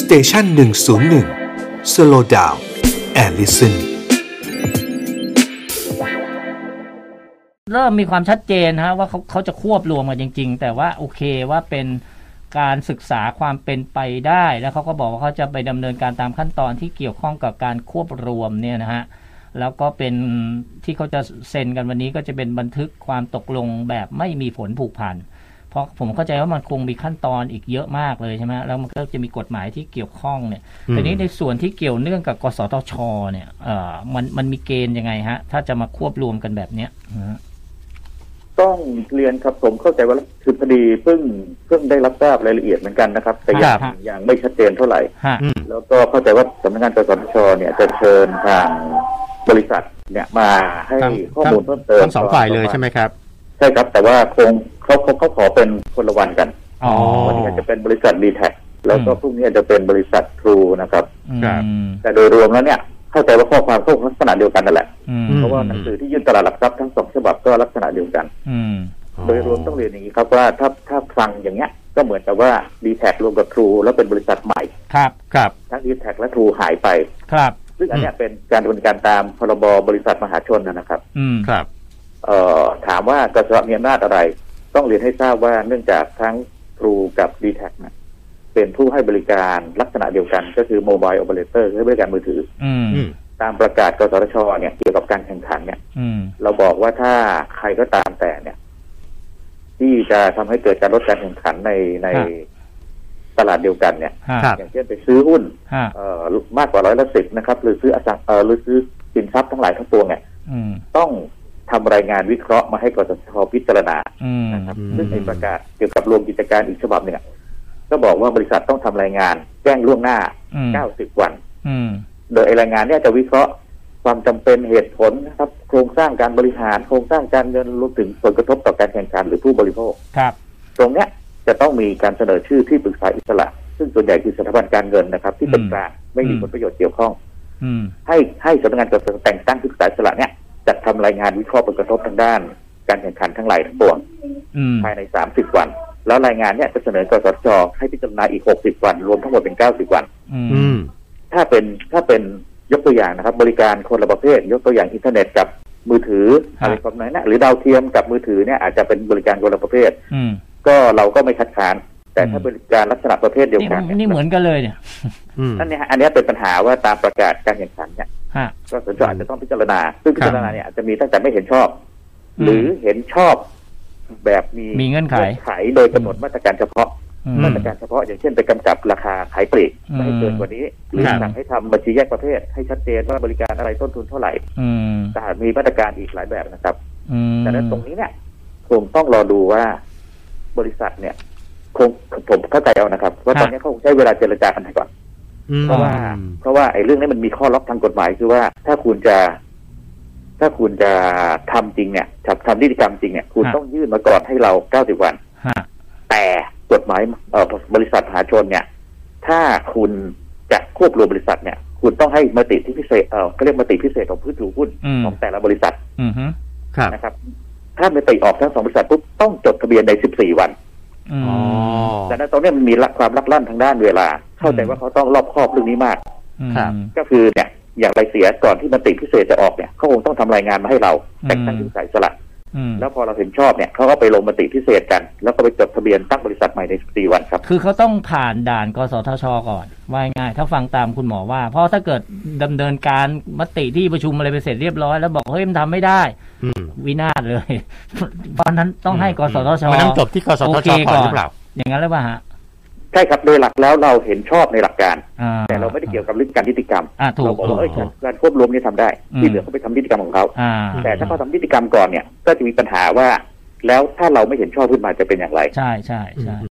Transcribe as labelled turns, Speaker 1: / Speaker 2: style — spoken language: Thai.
Speaker 1: สเตชันหนึ่งศูนย์หนึ่งสโลดาวแอลลิสัน
Speaker 2: เริ่มมีความชัดเจนฮะว่าเขาเขาจะควบรวมกันจริง ๆ แต่ว่าโอเคว่าเป็นการศึกษาความเป็นไปได้ แล้วเขาก็บอกว่าเขาจะไปดำเนินการตามขั้นตอนที่เกี่ยวข้องกับการควบรวมเนี่ยนะฮะแล้วก็เป็นที่เขาจะเซ็นกันวันนี้ก็จะเป็นบันทึกความตกลงแบบไม่มีผลผูกพันเพราะผมเข้าใจว่ามันคงมีขั้นตอนอีกเยอะมากเลยใช่ไหมแล้วมันก็จะมีกฎหมายที่เกี่ยวข้องเนี่ยทีนี้ในส่วนที่เกี่ยวเนื่องกับกสทชเนี่ยเอ่อมันมันมีเกณฑ์ยังไงฮะถ้าจะมาควบรวมกันแบบเนี้ยนะฮะ
Speaker 3: ต้องเรียนครับผมเข้าใจว่าคือพอดีเพิ่งเพิ่งได้รับทราบรายละเอียดเหมือนกันนะครับ แต่
Speaker 2: ครั
Speaker 3: ยั
Speaker 2: บ
Speaker 3: งยังไม่ชัดเจนเท่าไหร่
Speaker 2: ฮะ
Speaker 4: อืม
Speaker 3: แล้วก็เข้าใจว่าสำนักงานกสทชเนี่ยจะเชิญทางบริษัทเนี่ยมาให้
Speaker 4: ทั้ง
Speaker 3: ข้อ
Speaker 4: ทั้ง
Speaker 3: มูลเพิ่มเติม
Speaker 4: ทั้งสองฝ่ายเลยใช่ไหมครับ
Speaker 3: ใช่ครับ แต่ว่าคงเขาเขาเขาขอเป็นคนละวันกัน
Speaker 2: อ๋อ
Speaker 3: วันนี้อาจจะเป็นบริษัทดีแท็แล้วก็
Speaker 2: อืม
Speaker 3: พรุ่งนี้อาจจะเป็นบริษัททรูนะครับ
Speaker 4: ครับ
Speaker 2: อืม
Speaker 3: แต่โดยรวมแล้วเนี่ยเข้าใจว่าข้อความก็ลักษณะเดียวกันนั่นแหละ
Speaker 2: อืม
Speaker 3: เพราะว่าหนังสือที่ยื่นตลาดหลักทรัพย์ทั้งสองฉบับก็ลักษณะเดียวกัน
Speaker 2: อืม
Speaker 3: โดยรวมต้องเรียนอย่างนี้ครับว่าถ้าถ้าฟังอย่างเงี้ยก็เหมือนกับว่าดีแท็รวมกับทรูแล้วเป็นบริษัทใหม่
Speaker 2: ครับ
Speaker 4: ครับ
Speaker 3: ทั้งดีแท็และทรูหายไป
Speaker 2: ครับ
Speaker 3: ซึ่งอันเนี้ยเป็นการดำเนินการตามพรบบริษัทมหาชนนะนะครับ
Speaker 2: อืม
Speaker 4: ครับ
Speaker 3: เอ่อถามว่ากระทรวงมีอำนาจอะไร ต้องเรียนให้ทราบว่าเนื่องจากทั้งทรูกับดีแท็นะเป็นผู้ให้บริการลักษณะเดียวกัน ก็คือโมบายโอเปอเรเตอร์ให้บริการมือถือ
Speaker 2: อืม
Speaker 4: อืม
Speaker 3: ตามประกาศกสทชเนี่ยเกี่ยวกับการแข่งขันเนี่ย
Speaker 2: อืม
Speaker 3: เราบอกว่าถ้าใครก็ตามแต่เนี่ย ที่จะทำให้เกิดการลดการแข่งขันในใน
Speaker 2: ครับ
Speaker 3: ตลาดเดียวกันเนี่ย
Speaker 2: ฮะ
Speaker 4: ครับ
Speaker 3: อย่างเช่นไปซื้อหุ้น
Speaker 2: ฮะ
Speaker 3: เอ่อมากกว่าร้อยละสิบนะครับ หรือซื้ออสังเอ่อหรือซื้อสินทรัพย์ทั้งหลายทั้งปวงเนี่ย
Speaker 2: อืม
Speaker 3: ต้องทำรายงานวิเคราะห์มาให้กสทชพิจารณา
Speaker 2: อืม
Speaker 3: นะครับ
Speaker 4: อืม
Speaker 3: ซึ่งในประกาศเกี่ยวกับรวมกิจการอีกฉบับหนึ่งอะก็บอกว่าบริษัทต้องทำรายงาน แจ้งล่วงหน้า
Speaker 2: อืม
Speaker 3: 90 วัน
Speaker 2: อืม
Speaker 3: โดยไอ้รายงานเนี่ยจะวิเคราะห์ความจำเป็นเหตุผลนะครับ โครงสร้างการบริหารโครงสร้างการเงินรวมถึงผลกระทบต่อการแข่งขันหรือผู้บริโภค
Speaker 2: ครับ
Speaker 3: ตรงเนี้ยจะต้องมีการเสนอชื่อที่ปรึกษาอิสระ ซึ่งส่วนใหญ่คือสถาบันการเงินนะครับ ที่เป็น
Speaker 2: อืม
Speaker 3: กลางไม่มี
Speaker 2: อืม
Speaker 3: ผลประโยชน์เกี่ยวข้อง
Speaker 2: อืม
Speaker 3: ให้ให้สำนักงานกระทรวงแต่งตั้งที่ปรึกษาอิสระเนี่ยจัดทำรายงานวิเคราะห์ผลกระทบทางด้าน การแข่งขันทั้งหลายทั้งปวง
Speaker 2: อืม
Speaker 3: ภายใน 30 วัน แล้วรายงานเนี่ยจะเสนอกสทชให้พิจารณาอีก 60 วัน รวมทั้งหมดเป็น 90 วัน
Speaker 2: อื
Speaker 4: อื
Speaker 2: ม
Speaker 4: ม
Speaker 3: ถ้าเป็นถ้าเป็นยกตัวอย่างนะครับ บริการคนละประเภท ยกตัวอย่างอินเทอร์เน็ตกับมือถือ
Speaker 2: ครับ
Speaker 3: อะไรประมาณนั้นนะหรือดาวเทียมกับมือถือเนี่ยอาจจะเป็นบริการคนละประเภท
Speaker 2: อืม
Speaker 3: ก็เราก็ไม่คัดค้าน แต่ถ้า
Speaker 2: อืม
Speaker 3: บริการลักษณะประเภทเดียว
Speaker 2: นี่
Speaker 3: กันเย
Speaker 2: นี่เหมือนกันเลยเนี่ย
Speaker 4: อืม
Speaker 3: นั่นเนี่ยฮะอันเนี้ยเป็นปัญหาว่าตามประกาศการแข่งขันเนี่ย
Speaker 2: ฮะ
Speaker 3: ก็สนใจอาจจะต้องพิจารณา ซึ่ง
Speaker 4: ครับ
Speaker 3: พิจารณาเนี่ยอาจจะมีตั้งแต่ไม่เห็นชอบ
Speaker 2: อืม
Speaker 3: หรือเห็นชอบแบบมี
Speaker 2: มีเงื่อนไข
Speaker 3: โดยกำหนดมาตรการเฉพาะ
Speaker 2: อืม
Speaker 3: มาตรการเฉพาะอย่างเช่นไปกำกับราคาขายปลีกไม่ให้เกินกว่านี้หรือ
Speaker 4: ครับ
Speaker 3: สั่งให้ทำบัญชีแยกประเภท ให้ชัดเจนว่าบริการอะไรต้นทุนเท่าไหร่
Speaker 2: อืม
Speaker 3: แต่มีมาตรการอีกหลายแบบนะครับ
Speaker 2: อืม
Speaker 3: ดังนั้นตรงนี้เนี่ยคงต้องรอดูว่าบริษัทเนี่ย คงผมเข้าใจเอานะครับ ว่าตอนนี้เขาคงใช้เวลาเจรจากันไปก่อน
Speaker 4: อืม
Speaker 3: เพราะว่า เพราะว่าไอ้เรื่องนี้มันมีข้อล็อกทางกฎหมายคือว่า ถ้าคุณจะ ถ้าคุณจะทำจริงเนี่ยทำทำนิติกรรมจริงเนี่ย คุณต้องยื่นมาก่อนให้เราเก้าสิบวัน
Speaker 2: ฮะ
Speaker 3: แต่กฎหมายเอ่อบริษัทมหาชนเนี่ย ถ้าคุณจะควบรวมบริษัทเนี่ย คุณต้องให้มติที่พิเศษเออเขาเรียกมติพิเศษของผู้ถือหุ้น
Speaker 2: อืม
Speaker 3: ของแต่ละบริษัท
Speaker 2: อืมฮึ
Speaker 4: ครับ
Speaker 3: นะครับ ถ้ามติออกทั้งสองบริษัทปุ๊บต้องจดทะเบียนใน 14 วัน
Speaker 2: อืม
Speaker 4: อ๋อ
Speaker 3: ดังนั้นตรงเนี้ยมันมีละความลักลั่นทางด้านเวลา เข้าใจว่าเขาต้องรอบคอบเรื่องนี้มาก
Speaker 2: อืม
Speaker 3: ก็คือเนี่ยอย่างไรเสียก่อนที่มติพิเศษจะออกเนี่ยเขาคงต้องทำรายงานมาให้เราแต่งตั้ง
Speaker 2: อืม
Speaker 3: ที่สายสละ
Speaker 2: อืม
Speaker 3: แล้วพอเราเห็นชอบเนี่ยเขาก็ไปลงมติพิเศษกัน แล้วก็ไปจดทะเบียนตั้งบริษัทใหม่ใน 14 วันครับ
Speaker 2: คือเขาต้องผ่านด่านกสทช ก่อน ว่าง่ายๆถ้าฟังตามคุณหมอว่า เพราะถ้าเกิดดำเนินการมติที่ประชุมอะไรไปเสร็จเรียบร้อย แล้วบอก เฮ้ยมันทำไม่ได้
Speaker 4: อืม
Speaker 2: วินาศเลย เพราะฉะนั้นต้องให้กสทช
Speaker 4: มันต้องจบที่กสท
Speaker 2: โอ
Speaker 4: ช
Speaker 2: เค
Speaker 4: ก่
Speaker 2: ก่
Speaker 4: อ
Speaker 2: อน น
Speaker 4: หรือเปล่า
Speaker 2: อย่างนั้นหรือเปล่าฮะ
Speaker 3: ใช่ครับโดยหลักแล้วเราเห็นชอบในหลักการ
Speaker 2: อ่
Speaker 3: แต่เราไม่ได้เกี่ยวกับเรื่องการนิติกรรม
Speaker 2: อ่าถู
Speaker 3: เรา
Speaker 2: ก
Speaker 3: บอก
Speaker 2: ถูก
Speaker 3: ว่าเอ้ย
Speaker 4: ถูก
Speaker 3: การควบรวมเนี่ยทำได้
Speaker 2: อืม
Speaker 3: ที่เหลือเขาไปทำนิติกรรมของเขา
Speaker 2: อ่า
Speaker 3: แต่ถ้าเขาทำนิติกรรมก่อนเนี่ย ก็จะมีปัญหาว่า แล้วถ้าเราไม่เห็นชอบขึ้นมาจะเป็นอย่างไร
Speaker 2: ใช่ใช่ใช่